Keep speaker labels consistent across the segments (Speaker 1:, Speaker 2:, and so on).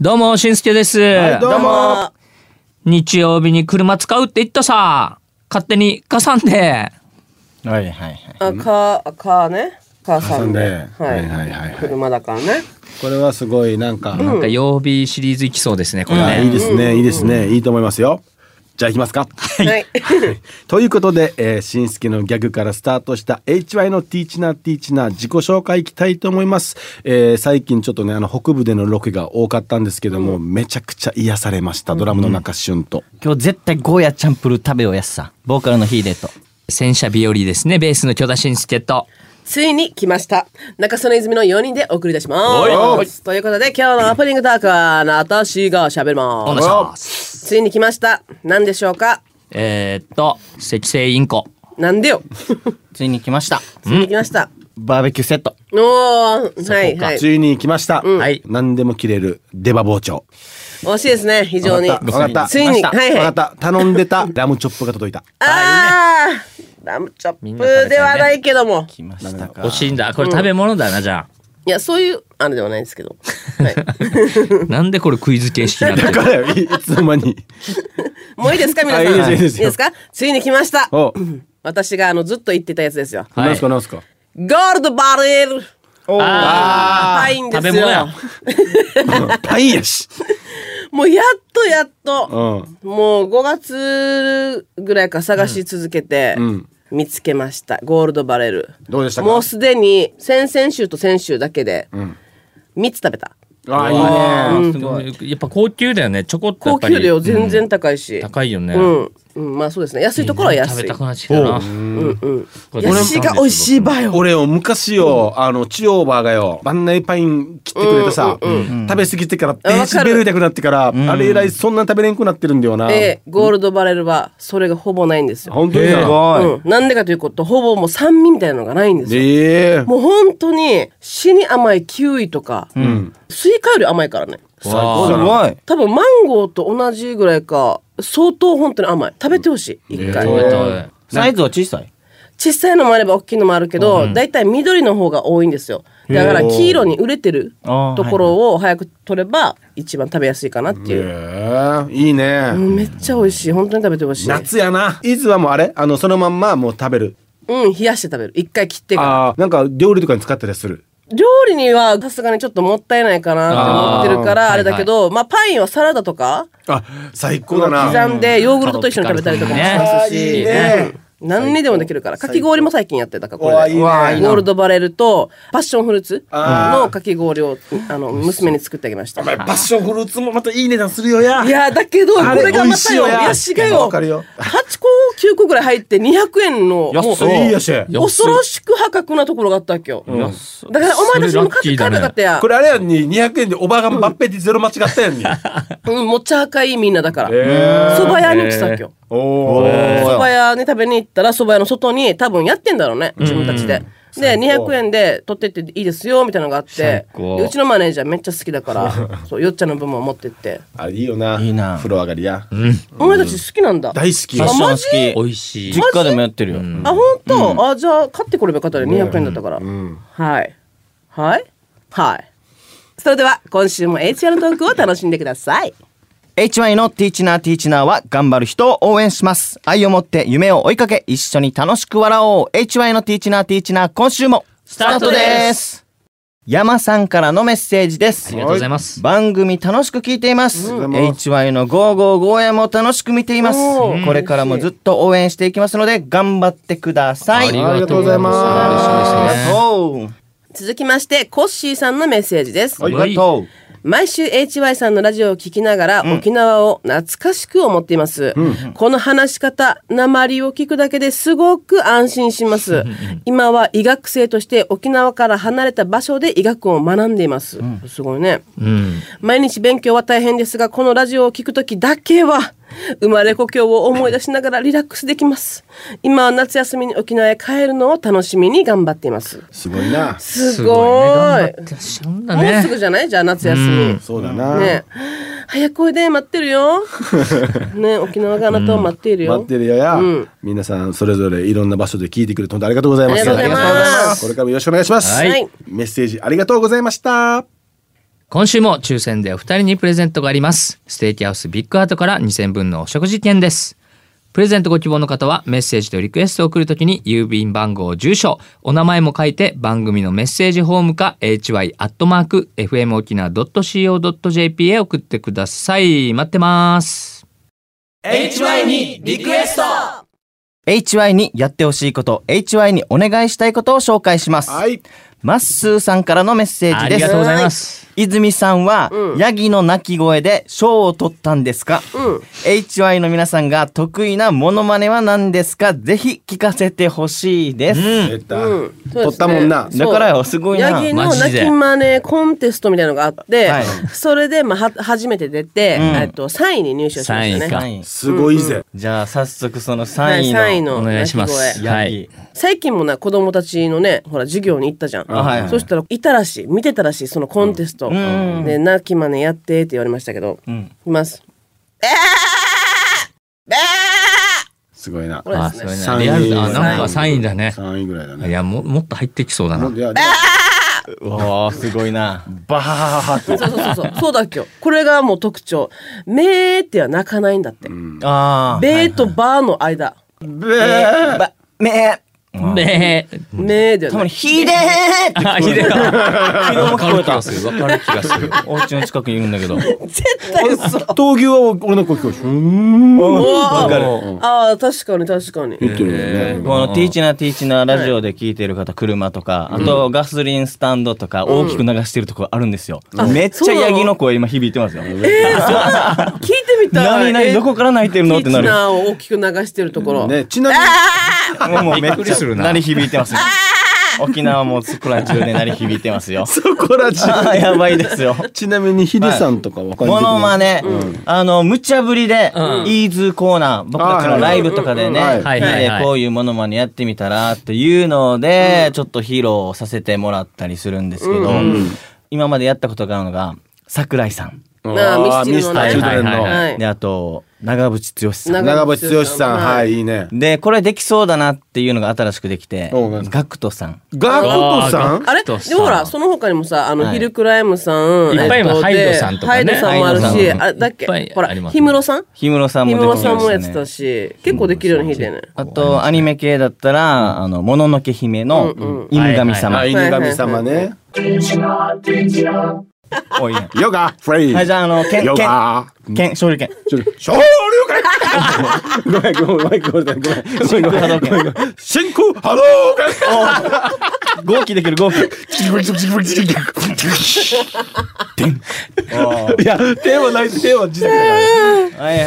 Speaker 1: どうも、しんすけです。
Speaker 2: どうも
Speaker 1: 日曜日に車使うって言ったさ。勝手にかさんで。
Speaker 2: はいはいはい。
Speaker 3: あ、か、かね。母さんで。
Speaker 2: 母さんで
Speaker 3: は
Speaker 2: はい
Speaker 3: い、
Speaker 2: はいはいはい
Speaker 3: 車だからね。
Speaker 2: これはすごいなんか、
Speaker 1: なんか曜日シリーズいきそうですね、これ
Speaker 2: あ
Speaker 1: ね。
Speaker 2: いいですねいいですねいいと思いますよ。じゃあ行きますか。
Speaker 3: はい。
Speaker 2: ということで、えー、しんすけのギャグからスタートした HY のティーチナーティーチナー自己紹介いきたいと思います、えー最近ちょっとねあの北部でのロケが多かったんですけども、めちゃくちゃ癒されましたドラムの中旬と、
Speaker 4: 今日絶対ゴーヤチャンプルー食べようやっさボーカルのヒーデーと
Speaker 1: 戦車日和ですね、ベースの巨田しんすけと。
Speaker 3: ついに来ました。中曽根泉の4人でお送り出し
Speaker 2: お
Speaker 3: ま
Speaker 2: い
Speaker 3: す。ということで、今日のオープニングトークは、私が喋り
Speaker 1: お
Speaker 3: ま
Speaker 1: 願いします。
Speaker 3: す。ついに来ました。何でしょうか
Speaker 1: えーっと、赤星インコ。
Speaker 3: なん でよ。
Speaker 4: ついに来ました
Speaker 3: ついに来ました。
Speaker 4: バーベキューセット
Speaker 3: おー、はいはい。
Speaker 2: ついに来ました、
Speaker 1: はい
Speaker 2: 何でも切れる出刃包丁
Speaker 3: 惜しいですね、非常に。
Speaker 2: わかったわかった
Speaker 3: ついに、
Speaker 4: わか
Speaker 3: は
Speaker 4: った
Speaker 3: い
Speaker 2: わ
Speaker 3: は
Speaker 2: か
Speaker 3: い
Speaker 2: っ。た頼んでたラムチョップが届いた
Speaker 3: あー、ラムチョップではないけども。
Speaker 4: 来ましたか
Speaker 1: 惜しいんだ。これ食べ物だな、じゃ
Speaker 3: いや、そういう、あれではないですけど。 はい。
Speaker 1: あ。なんでこれクイズ形式になって
Speaker 2: だ
Speaker 1: る
Speaker 2: からよいいつの間に
Speaker 3: もういいですか、皆さん。
Speaker 2: あいいですよいいですよ
Speaker 3: かついに来ました。
Speaker 2: お
Speaker 3: 私があのずっと言ってたやつですよ。
Speaker 1: はい
Speaker 2: 何すか何すか
Speaker 3: ゴールドバレル。
Speaker 1: あ
Speaker 3: パインですよ。
Speaker 1: 食べ物や
Speaker 2: パインやし
Speaker 3: もうやっとやっ
Speaker 2: う
Speaker 3: と、
Speaker 2: ん
Speaker 3: もう5月ぐらいから探し続けて、
Speaker 2: うん
Speaker 3: 見つけました。ゴールドバレル。
Speaker 2: どうでしたか
Speaker 3: もうすでに先々週と先週だけで
Speaker 2: ん
Speaker 3: 3つ食べた。
Speaker 2: あ あいいね
Speaker 1: ーすごいやっぱ高級だよね。ちょこっとや
Speaker 3: 高
Speaker 1: っぱり。
Speaker 3: 級料全然高いし。
Speaker 1: 高いよね。
Speaker 3: うん。うん、まあそうですね。安いところは安
Speaker 1: 食
Speaker 3: い。
Speaker 1: べたくなってきたな。これ
Speaker 3: 安いが美味しいばよ。
Speaker 2: 俺よ昔よ、あのチオーバーがよバンナイパイン切ってくれてさ、食べ過ぎてからページベル痛くなってから、あれ以来そんな食べれんくなってるんだよな、
Speaker 3: で、ゴールドバレルはそれがほぼないんですよ。
Speaker 2: 本当にな、
Speaker 3: うん、なんでかということほぼもう酸味みたいなのがないんですよ。
Speaker 2: ええ
Speaker 3: もう本当に死に甘いキウイとか、スイカより甘いからね
Speaker 2: 最高だな
Speaker 4: す
Speaker 3: 多分マンゴーと同じぐらいか相当本当に甘い食べてほしい一回、
Speaker 2: えー
Speaker 4: サイズは小さい
Speaker 3: 小さいのもあれば大きいのもあるけど、だいたい緑の方が多いんですよだから黄色に売れてる
Speaker 4: あー
Speaker 3: ところを早く取れば一番食べやすいかなっていう、
Speaker 2: ええいいね、
Speaker 3: うんめっちゃ美味しい本当に食べてほしい
Speaker 2: 夏やな伊豆はもうあれあのそのまんまもう食べる
Speaker 3: うん冷やして食べる一回切ってから
Speaker 2: あーなんか料理とかに使ったりする
Speaker 3: 料理にはさすがにちょっともったいないかなって思ってるから
Speaker 1: あー
Speaker 3: あれだけど、まあパインはサラダとか
Speaker 2: あ最高だな
Speaker 3: 刻んでヨーグルトと一緒に食べたりとかもします
Speaker 2: あーいい
Speaker 3: し、
Speaker 2: ね
Speaker 3: うん何にでもできるからかき氷も最近やってたからこ
Speaker 2: わあい
Speaker 3: れ
Speaker 2: い
Speaker 3: で
Speaker 2: ねわあいいな
Speaker 3: ゴールドバレルとパッションフルーツ
Speaker 2: あー
Speaker 3: のかき氷をあの娘に作ってあげました
Speaker 2: お前パッションフルーツもまたいい値段するよや
Speaker 3: いやだけどこ
Speaker 2: あれ
Speaker 3: れがまたよ
Speaker 2: 美味しいよ
Speaker 3: いやしが
Speaker 2: わ
Speaker 3: よ
Speaker 2: かるよ
Speaker 3: 8個9個ぐらい入って200円のもう
Speaker 2: 安いやし
Speaker 3: 恐ろしく破格なところがあったわけよ、だからお前たちにも買って買って買ってや
Speaker 2: これあれやんに200円でおばあがバッペってゼロ間違った やんに
Speaker 3: うん、もっちゃ赤いみんなだから。
Speaker 2: え
Speaker 3: 蕎麦屋に来たっけよ。
Speaker 2: お
Speaker 3: 蕎
Speaker 2: お
Speaker 3: 麦屋に食べに行ったら蕎麦屋の外に多分やってんだろうね、自分たちで。で、200円で取ってっていいですよ、みたいなのがあって。
Speaker 1: 高
Speaker 3: でうちのマネージャーめっちゃ好きだから、そう、よっちゃんの分も持ってって。
Speaker 2: あいいよない
Speaker 4: いな
Speaker 2: 風呂上がりや
Speaker 3: お前たち好きなんだ。
Speaker 2: 大好き
Speaker 4: ファッション
Speaker 3: マ
Speaker 4: 好
Speaker 3: ジ
Speaker 4: き
Speaker 1: 美味しい。
Speaker 4: 実家でもやってるよ
Speaker 3: あ、ほんとあ、じゃあ、買ってこればよかったね。200円だったから。はい。はいはい。それでは、今週も HR のトークを楽しんでください。
Speaker 4: HY のティーチナーティーチナーは頑張る人を応援します愛を持って夢を追いかけ一緒に楽しく笑おう HY のティーチナーティーチナー今週もス
Speaker 1: タートです
Speaker 4: 山さんからのメッセージです
Speaker 1: ありがとうございます。
Speaker 4: 番組楽しく聞いています。HY の555へも楽しく見ています。
Speaker 3: おー
Speaker 4: これからもずっと応援していきますので、頑張ってください。
Speaker 2: ありがとうございま
Speaker 1: 嬉しい
Speaker 2: す
Speaker 1: ですね。
Speaker 4: と
Speaker 3: 続きまして、コッシーさんのメッセージです。
Speaker 4: う。ありがと
Speaker 3: 毎週 HY さんのラジオを聞きながら沖縄を懐かしく思っています、この話し方鉛を聞くだけですごく安心します今は医学生として沖縄から離れた場所で医学を学んでいます、すごいね
Speaker 1: うん。
Speaker 3: 毎日勉強は大変ですがこのラジオを聞くときだけは生まれ故郷を思い出しながらリラックスできます。今は夏休みに沖縄へ帰るのを楽しみに頑張っています。
Speaker 2: すごいな。
Speaker 3: す
Speaker 1: ね
Speaker 3: ご
Speaker 1: 頑張
Speaker 3: い
Speaker 1: っ。てらっしゃるんだ
Speaker 3: もうすぐ
Speaker 1: ね。
Speaker 3: じゃないじゃあ夏休
Speaker 1: う
Speaker 3: み
Speaker 1: ん。
Speaker 2: そうだな。
Speaker 3: ね早くおいで待ってるよ。ね沖縄があなたを待っているよ。
Speaker 2: 待ってるよや、
Speaker 3: うん
Speaker 2: 皆さんそれぞれいろんな場所で聞いてくれて本当ありがとうございます
Speaker 3: ありがとうございますありがとうございます
Speaker 2: これからもよろしくお願いします、
Speaker 1: はい
Speaker 3: はい
Speaker 2: メッセージありがとうございました
Speaker 1: 今週も抽選でお二人にプレゼントがあります。ステーキハウスビッグハートから2000分のお食事券です。プレゼントご希望の方はメッセージとリクエストを送るときに郵便番号、住所、お名前も書いて番組のメッセージフォームか hy.fmokina.co.jp へ送ってください。待ってます。
Speaker 2: HY にリクエスト
Speaker 4: HY にやってほしいこと、HY にお願いしたいことを紹介します。
Speaker 2: はい
Speaker 4: まっすーさんからのメッセー
Speaker 1: あ
Speaker 4: ジで
Speaker 1: りが
Speaker 4: す。
Speaker 1: とうございます。
Speaker 4: 泉さんは、
Speaker 3: うん
Speaker 4: ヤギの鳴き声で賞を取ったんですか、
Speaker 3: うん。
Speaker 4: ?HY の皆さんが得意なモノマネは何ですかぜひ聞かせてほしいです。
Speaker 2: 出た、
Speaker 3: うんそうですね
Speaker 2: 取ったもんな
Speaker 3: そう
Speaker 4: だからよ、すごいな
Speaker 3: ヤ。ギ
Speaker 1: マ
Speaker 3: の
Speaker 1: ジ
Speaker 3: 鳴
Speaker 1: で
Speaker 3: き真似コンテストみたいなのがあって、
Speaker 4: はい
Speaker 3: それで、まあ、は初めて出て、
Speaker 4: うん
Speaker 3: えっと3位に入賞しまし
Speaker 1: 三
Speaker 3: た
Speaker 1: 位か
Speaker 3: ね。
Speaker 4: はい
Speaker 2: すごいぜ、
Speaker 4: じゃあ、早速その
Speaker 3: は
Speaker 4: 3
Speaker 3: い
Speaker 4: 位の。
Speaker 3: 3位の
Speaker 1: お願いします
Speaker 3: 鳴き声
Speaker 4: ヤギ。
Speaker 1: はい
Speaker 3: 最近もな子供たちのねほら授業に行ったじゃん、
Speaker 4: あはい
Speaker 3: そしたらいたらしい見てたらしいそのコンテスト、
Speaker 4: うん
Speaker 3: で泣き真似やってって言われましたけど、
Speaker 4: う
Speaker 3: い
Speaker 4: ん。
Speaker 3: ます
Speaker 2: すごいな
Speaker 3: これで
Speaker 1: あ、
Speaker 3: す
Speaker 1: そういうの
Speaker 2: 三位
Speaker 3: ね
Speaker 1: リアルだ。あなんかサインだね。
Speaker 2: 3位ぐらいだ
Speaker 1: い
Speaker 2: ね
Speaker 1: や、も、もっと入ってきそうだな。
Speaker 2: いやで
Speaker 4: うわーすごいな。
Speaker 2: バハハって
Speaker 3: そうそうそうそうそうだっけよこれがもう特徴「めー」っては泣かないんだって「
Speaker 4: あー
Speaker 3: べー」と「ばー」の間
Speaker 2: べ
Speaker 4: はいはいばめ
Speaker 1: ねえ。
Speaker 3: 「めー」ではな
Speaker 4: たま
Speaker 3: い
Speaker 4: に、ひでーって
Speaker 1: あ、いいね。
Speaker 4: 昨日も聞こえた。
Speaker 1: る。わかる気がする。
Speaker 4: お家の近くにいるんだけど。
Speaker 3: 絶対そう
Speaker 2: 闘牛は俺の声聞こえるうーん
Speaker 3: わ
Speaker 4: わかる
Speaker 3: ああ確かに確かに
Speaker 2: 言ってるよね、
Speaker 4: このティーチナーティーチナーラジオで聞いてる方、車とか、あとガソリンスタンドとか大きく流してるとこあるんですよ。めっちゃヤギの声今響いてますよ。
Speaker 3: 聞いてみた
Speaker 4: 何
Speaker 3: い
Speaker 4: 何どこから泣いてるのってな
Speaker 3: キッチ
Speaker 4: る。
Speaker 3: ナーを大きく流してるところ、
Speaker 2: ねちなみに。
Speaker 4: もうもうめ
Speaker 1: びっ
Speaker 4: っ
Speaker 1: く
Speaker 4: ち
Speaker 1: りす
Speaker 4: ゃ
Speaker 1: るな
Speaker 4: 鳴り響いてますよ。沖縄もそこら中で鳴り響いてますよ
Speaker 2: そこら中
Speaker 4: あーやばいですよ。
Speaker 2: ちなみにヒデさんとかわかる
Speaker 4: モノマネ、あの、無茶ぶりで、イーズコーナー、僕たちのライブとかでね、
Speaker 2: あはい
Speaker 1: はいはいはい
Speaker 4: でこういうモノマネやってみたらっていうので、ちょっと披露させてもらったりするんですけど、今までやったことがあるのが、桜井さん。
Speaker 3: なあミスチルのね
Speaker 2: ミスチルの、
Speaker 1: はい
Speaker 3: はい
Speaker 4: で、あと、長渕剛さん。
Speaker 2: 長渕剛さんはいいいね
Speaker 4: で、これできそうだなっていうのが新しくできて、
Speaker 2: おう何
Speaker 4: GACKT さん。
Speaker 2: ガクトさん
Speaker 3: あれで
Speaker 1: と
Speaker 3: も
Speaker 1: さ
Speaker 3: ほらその他にもさあの、
Speaker 4: はい
Speaker 3: ヒルクライムさん
Speaker 1: いっぱいいます
Speaker 3: えとで
Speaker 1: ハイドさんとかね
Speaker 3: ハイドさんもある
Speaker 4: ハイド
Speaker 3: し
Speaker 4: さん
Speaker 3: あれだっけ
Speaker 1: いっぱい
Speaker 3: ほら
Speaker 1: ありますね
Speaker 3: 氷室さん
Speaker 4: 氷室さん
Speaker 3: 氷
Speaker 4: も出てき
Speaker 3: 室さ
Speaker 4: ました、ね。
Speaker 3: んもやってたし結構できるように弾いてね
Speaker 4: あと、アニメ系だったら、あの、もののけ姫の犬神様
Speaker 2: あ。犬神様ね
Speaker 4: おいな
Speaker 2: ヨガフレイ
Speaker 4: はい、じゃあ、あの、けん、け
Speaker 2: ヨ
Speaker 4: ん、
Speaker 2: ガ
Speaker 4: けん、勝利けん。
Speaker 2: ちょ少量会 ごめんごめんマイク折れたごめんごめんごめんごめん ごめん真空波動会
Speaker 4: 号泣できる号泣。
Speaker 2: いや手はない手は自宅
Speaker 4: はいはい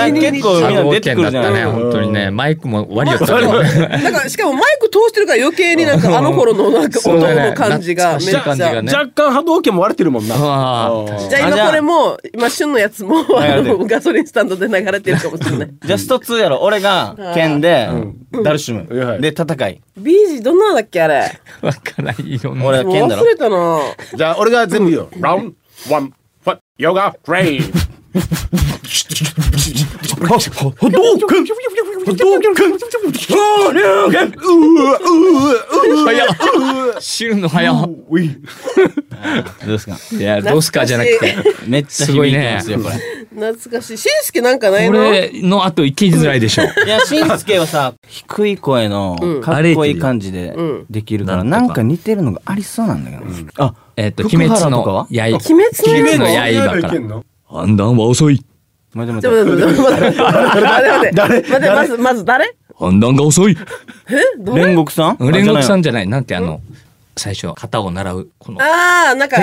Speaker 4: はい。結構みんな出てくるじゃない。
Speaker 1: ね、本当にね、マイクも割り寄ったね。
Speaker 3: なんかしかもマイク通してるから余計になんかあの頃のなんか
Speaker 1: う
Speaker 3: 音
Speaker 1: だね
Speaker 3: の感じがめっち
Speaker 1: 懐か
Speaker 3: ゃ
Speaker 1: しい感
Speaker 3: じ
Speaker 1: じが
Speaker 3: ゃ
Speaker 1: ね
Speaker 2: 若干波動拳も割れてるもんな
Speaker 1: あー
Speaker 2: うん
Speaker 3: あ
Speaker 4: あじゃ
Speaker 3: 今
Speaker 4: あ
Speaker 3: これも今旬のやつもあ
Speaker 4: れて
Speaker 3: の ガソリンスタンドで流れてるかもしれない
Speaker 4: じゃあスト2やろ。俺が剣で、ダルシム
Speaker 2: うんはい。
Speaker 4: で、戦い。
Speaker 3: BG どんなのだっけあれ
Speaker 1: わからないよね。
Speaker 4: 俺
Speaker 3: も
Speaker 4: が
Speaker 3: う
Speaker 4: 剣だ
Speaker 3: 忘
Speaker 4: ろ。
Speaker 3: れたな
Speaker 2: じゃあ俺が全部言うよラウンドワンファッヨガフレイ波動拳波動拳少量拳うわうわうわ
Speaker 1: 早っ知るの早っ
Speaker 2: うい
Speaker 4: どうですか
Speaker 1: いや、どうすかじゃなくて。
Speaker 4: めっちゃ響いてますよ、これ。
Speaker 3: 懐かしいしんすけなんかない
Speaker 1: こ
Speaker 3: の
Speaker 1: れの後生きづらいでしょ。
Speaker 4: いや、しんすけはさ、低い声の、かっこいい感じでできるから、
Speaker 1: うん
Speaker 4: なんか似てるのがありそうなんだけど。あ、
Speaker 1: えっと、
Speaker 4: 福
Speaker 1: 鬼
Speaker 4: 原
Speaker 1: 滅
Speaker 4: とかは
Speaker 1: の刃。鬼
Speaker 3: 滅の刃
Speaker 1: の刃から。判断は遅い。
Speaker 4: までも
Speaker 3: ちょ、待って待って待って待って待って待ってまず、まず誰
Speaker 1: 判断が遅い。
Speaker 4: 煉獄さん
Speaker 1: 煉獄さ
Speaker 4: ん。
Speaker 1: んじゃない。なんてあの、最初、型を習う。この。
Speaker 3: ああ、なんか、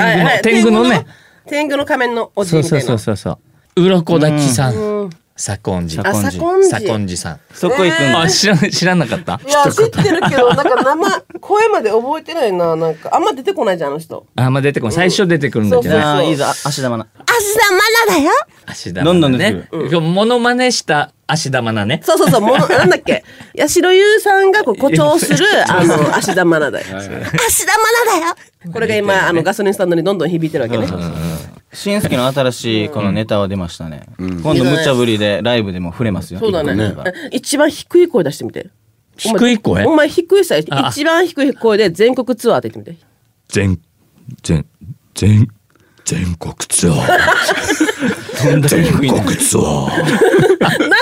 Speaker 1: 天狗の
Speaker 3: は
Speaker 1: 天狗の
Speaker 3: いはい
Speaker 1: ね。
Speaker 3: 天狗の仮面のおじ
Speaker 1: そ
Speaker 3: み
Speaker 1: う
Speaker 3: た
Speaker 1: そう
Speaker 3: い
Speaker 1: そ
Speaker 3: な
Speaker 1: う。そうそう。鱗滝さ
Speaker 3: うん
Speaker 1: ん。左近寺。
Speaker 3: あ、
Speaker 4: コン
Speaker 3: サ
Speaker 4: ジ
Speaker 3: コンジ。
Speaker 1: 左近寺さん。
Speaker 4: そこ行くんだ
Speaker 1: あ、。知らん、知らなかった
Speaker 3: いや、知ってるけど、なんか生、声まで覚えてないな。なんか、あんま出てこないじゃん、あの人。
Speaker 1: あ、まあ、出てこない。最初出てくるんだけ
Speaker 3: そう
Speaker 1: ど
Speaker 3: そう。
Speaker 4: あーいいぞ、あ足玉な。
Speaker 3: 足玉だよ。
Speaker 1: 足玉な
Speaker 4: どんどん
Speaker 1: ね今
Speaker 4: 出。
Speaker 1: 日モノマネした足玉なね。
Speaker 3: そうそうそう、もの、なんだっ け。八代優さんがこう誇張する、あの、足玉なだよ。足玉なだよ。これが今、あの、ガソリンスタンドにどんどん響いてるわけね。
Speaker 4: しんすけの新しいこのネタは出ましたね。今度無茶ぶりでライブでも触れますよ。
Speaker 3: そうだ
Speaker 4: 一
Speaker 3: ね
Speaker 4: 個一個が。
Speaker 3: 一番低い声出してみて。
Speaker 1: 低い声
Speaker 3: お前低いさ、一
Speaker 1: あ
Speaker 3: 番低い声で全国ツアーって言 ってみて。
Speaker 5: 全全全全国ツアー 全国ツアー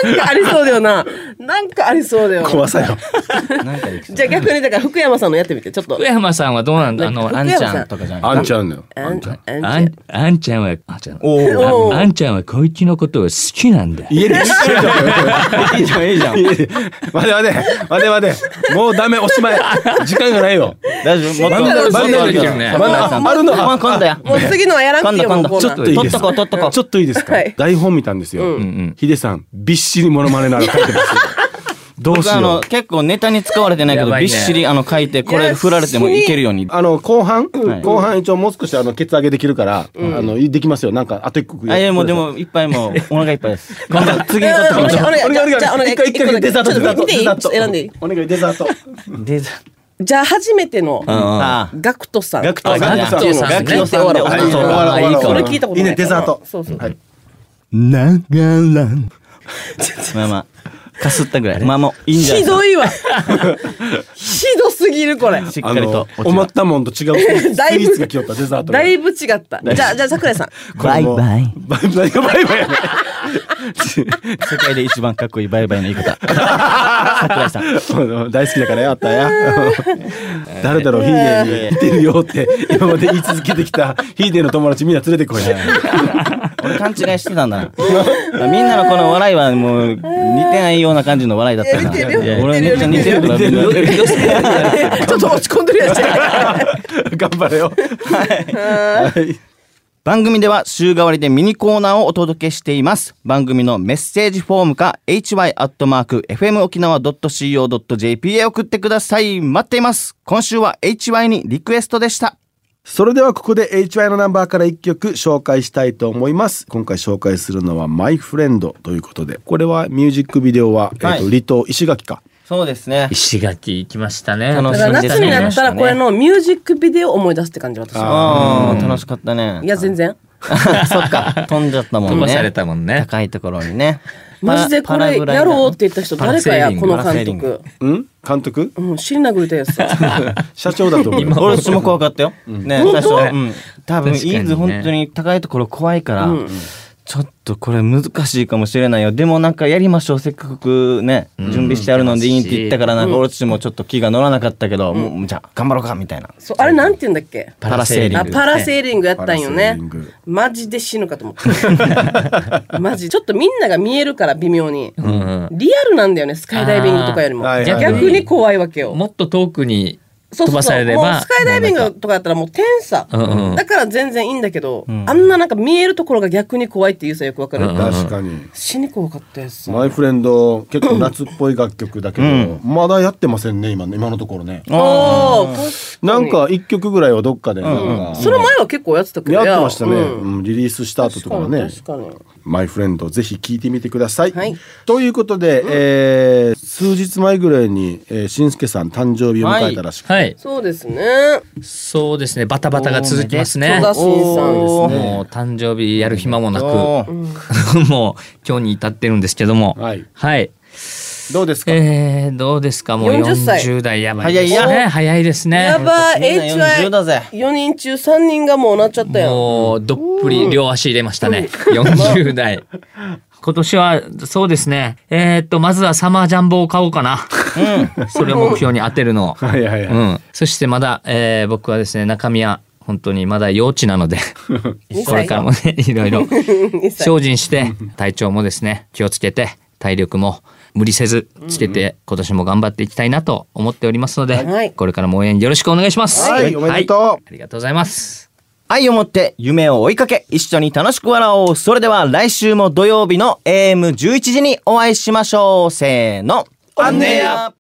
Speaker 3: なんかありそうだよな。なんかありそうだよ。
Speaker 2: 怖さよ。
Speaker 4: なんかできそう
Speaker 3: じゃあ逆にだから福山さんのやってみて、ちょっと
Speaker 1: 福。山さんはどうなんだあの、
Speaker 3: 福
Speaker 4: あん
Speaker 3: 山
Speaker 4: ち
Speaker 3: さん
Speaker 4: ゃんとかじゃな
Speaker 2: あ
Speaker 4: い
Speaker 2: んちゃんだよ。
Speaker 3: あんちゃん。
Speaker 1: あん、あんちゃんは、あんちゃん。
Speaker 4: おー
Speaker 3: おー
Speaker 1: ああんちゃんはこいつのことを好きなんだ。
Speaker 2: 言える。
Speaker 4: いいじゃんいいじゃん。
Speaker 2: 待て待て待て待て。もうダメおしまい。時間がないよ。
Speaker 4: 大丈夫。もっと
Speaker 2: バンダルバン
Speaker 4: もっと
Speaker 2: ダル
Speaker 4: あるか
Speaker 2: い
Speaker 4: ら
Speaker 2: けるね
Speaker 4: バンダルさん
Speaker 2: ああるの
Speaker 4: まあ今度や。
Speaker 3: もう次のはやらんくてよ、
Speaker 4: 今
Speaker 3: も
Speaker 4: 度
Speaker 3: うコー
Speaker 2: ちょ
Speaker 3: ナ
Speaker 2: っ
Speaker 3: ー
Speaker 2: といいで
Speaker 4: 取
Speaker 2: す
Speaker 4: っと
Speaker 2: か
Speaker 4: こう取っとこう。
Speaker 2: ちょっといいですか、
Speaker 3: はい
Speaker 2: 台本見たんですよ、ヒデさんびっしりモノマネなの書いてますよどうし
Speaker 4: 僕あ
Speaker 2: よう
Speaker 4: の結構ネタに使われてないけど、
Speaker 1: やばい
Speaker 4: び
Speaker 1: ね
Speaker 4: っしりあの書いてこ
Speaker 3: い
Speaker 4: れ
Speaker 3: や
Speaker 4: 振られてもいけるように。
Speaker 2: あの後半、
Speaker 4: はい
Speaker 2: 後半一応もう少しあのケツ上げできるから、あのできますよなんかあと一個
Speaker 4: あいやもうでもいっぱいもうお腹いっぱいです。今度次に取ってきましょ
Speaker 3: お願いお願い
Speaker 2: じ
Speaker 3: じゃ
Speaker 2: ゃ
Speaker 3: あ
Speaker 2: あ
Speaker 3: お願い
Speaker 2: 一回一
Speaker 3: 一個
Speaker 2: 回
Speaker 3: だけ
Speaker 2: デザート
Speaker 3: ちょ
Speaker 2: デザ
Speaker 3: っと
Speaker 2: ート
Speaker 3: 見てい
Speaker 2: デ
Speaker 3: い
Speaker 2: ザート
Speaker 3: 選んでいい
Speaker 2: お願いデザート
Speaker 4: う。デザート。
Speaker 3: じゃあ初めての、
Speaker 4: ああ。
Speaker 3: ガクトさん。
Speaker 4: ガク
Speaker 2: あ
Speaker 4: トさん。
Speaker 2: ガクトさん
Speaker 4: ガクトさんで
Speaker 3: ガク
Speaker 2: トさんで
Speaker 4: あいいか
Speaker 3: そ
Speaker 4: も
Speaker 3: れ聞いたこと
Speaker 2: い
Speaker 3: ないから。
Speaker 2: いねデザート
Speaker 3: そうそう。
Speaker 5: ながら
Speaker 4: まあまあ。かすったぐらい。まあもういいんじゃない
Speaker 3: ひ
Speaker 4: ですか
Speaker 3: どいわ。ひどすぎる、これ。
Speaker 4: しっ
Speaker 2: あ
Speaker 4: かりと
Speaker 2: の。思ったもんと違うスイ
Speaker 3: だいぶ
Speaker 2: ーツが来よったデザートが
Speaker 3: だいぶ違った。じゃあ、じゃあ、桜井さん。
Speaker 2: これもう
Speaker 4: バイ
Speaker 2: バイバイバイバイやね
Speaker 4: 世界で一番かっこいいバイバイの言い方。桜井さん。
Speaker 2: うん大好きだからよあった や誰だろうヒーデに似てるよって今まで言い続けてきたヒーデの友達みんな連れてこい
Speaker 4: 俺勘違いしてたんだな。みんなのこの笑いはもう似てないような感じの笑いだったな。
Speaker 3: いや似てるよ
Speaker 4: いや俺めっちゃ似てるから。
Speaker 2: 似てるよ
Speaker 4: みんな
Speaker 3: ちょっと落ち込んでるやつ。
Speaker 2: 頑張れよ。はい。
Speaker 4: 番組では週替わりでミニコーナーをお届けしています。番組のメッセージフォームか hy.fmokinawa.co.jp へ送ってください。待っています。今週は hy にリクエストでした。
Speaker 2: それではここで HY のナンバーから一曲紹介したいと思います。今回紹介するのは My Friend ということで、これはミュージックビデオは、
Speaker 4: は
Speaker 2: えっ
Speaker 4: い
Speaker 2: と離島石垣か。
Speaker 4: そうですね。
Speaker 1: 石垣行きましたね。
Speaker 3: だ
Speaker 4: 楽し
Speaker 3: から
Speaker 4: みです
Speaker 3: 夏になったら、これのミュージックビデオを思い出すって感じ、私は。
Speaker 4: ああ、楽しかったね。
Speaker 3: いや、全然。
Speaker 4: そっか、飛んじゃったもんね。
Speaker 1: 飛ばされたもんね
Speaker 4: 高いところにね。
Speaker 3: マジでこれやろうって言った人、
Speaker 1: パラ
Speaker 3: 誰
Speaker 1: セ
Speaker 3: か
Speaker 1: ー
Speaker 3: や、
Speaker 1: リン
Speaker 3: こ
Speaker 1: グ
Speaker 3: の監
Speaker 4: パ
Speaker 3: 督。
Speaker 2: うん監督
Speaker 3: うん、尻殴りたいやつ。
Speaker 2: 社長だと思うよ。
Speaker 4: 俺すごく怖かったよ。ね、最初、うん、多分イ
Speaker 1: 確かにね
Speaker 4: ーズ本当に高いところ怖いから、ちょっとこれ難しいかもしれないよ。でもなんかやりましょう。せっかくね、準備してあるのでいいって言ったから、なんか俺たちもちょっと気が乗らなかったけど、もうじゃあ頑張ろうかみたいな。
Speaker 3: そうあれ、なんて言うんだっけ
Speaker 4: パラセーリン
Speaker 3: あ
Speaker 4: グ。
Speaker 3: パラセーリングやったん
Speaker 2: パラセ
Speaker 3: よ
Speaker 2: ー
Speaker 3: ね
Speaker 2: リング。
Speaker 3: マジで死ぬかと思った。 マジ。ちょっとみんなが見えるから微妙に。リアルなんだよね、スカイダイビングとかよりも
Speaker 2: あーはい。
Speaker 1: はいはい
Speaker 3: 逆に怖いわけよ。
Speaker 1: もっと遠くに
Speaker 3: そう
Speaker 1: 飛
Speaker 3: そう
Speaker 1: ば
Speaker 3: そ
Speaker 1: さ
Speaker 3: う
Speaker 1: れれ
Speaker 3: もう
Speaker 1: ば
Speaker 3: ス。カイダイビングとかやったらもう天差。
Speaker 1: うんうん
Speaker 3: だから全然いいんだけど、あんななんか見えるところが逆に怖いっていうさよくわかる。
Speaker 2: 確かに。
Speaker 3: 死に怖かったやつさ。
Speaker 2: マイフレンド結構夏っぽい楽曲だけど、まだやってませんね今ね今のところね。
Speaker 3: おー
Speaker 2: なんか一曲ぐらいはどっかでなんか
Speaker 3: その前は結構やってたけど
Speaker 2: やってましたね。
Speaker 3: うん
Speaker 2: うんリリースした後とかはね。
Speaker 3: 確かに確か
Speaker 2: マイフレンドぜひ聞いてみてください。
Speaker 3: はい
Speaker 2: ということで、えー数日前ぐらいに、えー、しんすけさん誕生日を迎えたらしく、
Speaker 1: はい
Speaker 3: に。。そうですね。
Speaker 1: そうですね。バタバタが続きますね。
Speaker 3: おめでとうございます
Speaker 4: おー
Speaker 1: もう誕生日やる暇もなく、
Speaker 4: おー
Speaker 1: もう今日に至ってるんですけども。
Speaker 2: はい
Speaker 1: はい。
Speaker 2: どうですか、
Speaker 1: えー、どうですかもう
Speaker 3: 40歳
Speaker 1: 40代やばいですね。
Speaker 4: 早い
Speaker 1: ね早いですね。
Speaker 3: やばい、
Speaker 4: みんな40だぜ
Speaker 3: HY4 人中3人がもうなっちゃったよ。
Speaker 1: もうどっぷり両足入れましたね。40代。今年はそうですね。えーっと、まずはサマージャンボを買おうかな。それを目標に当てるのを。
Speaker 2: はいはいは
Speaker 1: う
Speaker 2: い、
Speaker 1: ん。そしてまだ、えー僕はですね、中身は本当にまだ幼稚な ので、これからもね、いろいろ
Speaker 3: 一切
Speaker 1: 精進して、体調もですね、気をつけて、体力も無理せずつけて、今年も頑張っていきたいなと思っておりますので、
Speaker 3: はい
Speaker 1: これからも応援よろしくお願いします。
Speaker 2: はいおめでとう
Speaker 1: はいありがとうございます。
Speaker 4: 愛を持って夢を追いかけ、一緒に楽しく笑おう。それでは来週も土曜日の AM11 時にお会いしましょう。せーの。
Speaker 2: あんねや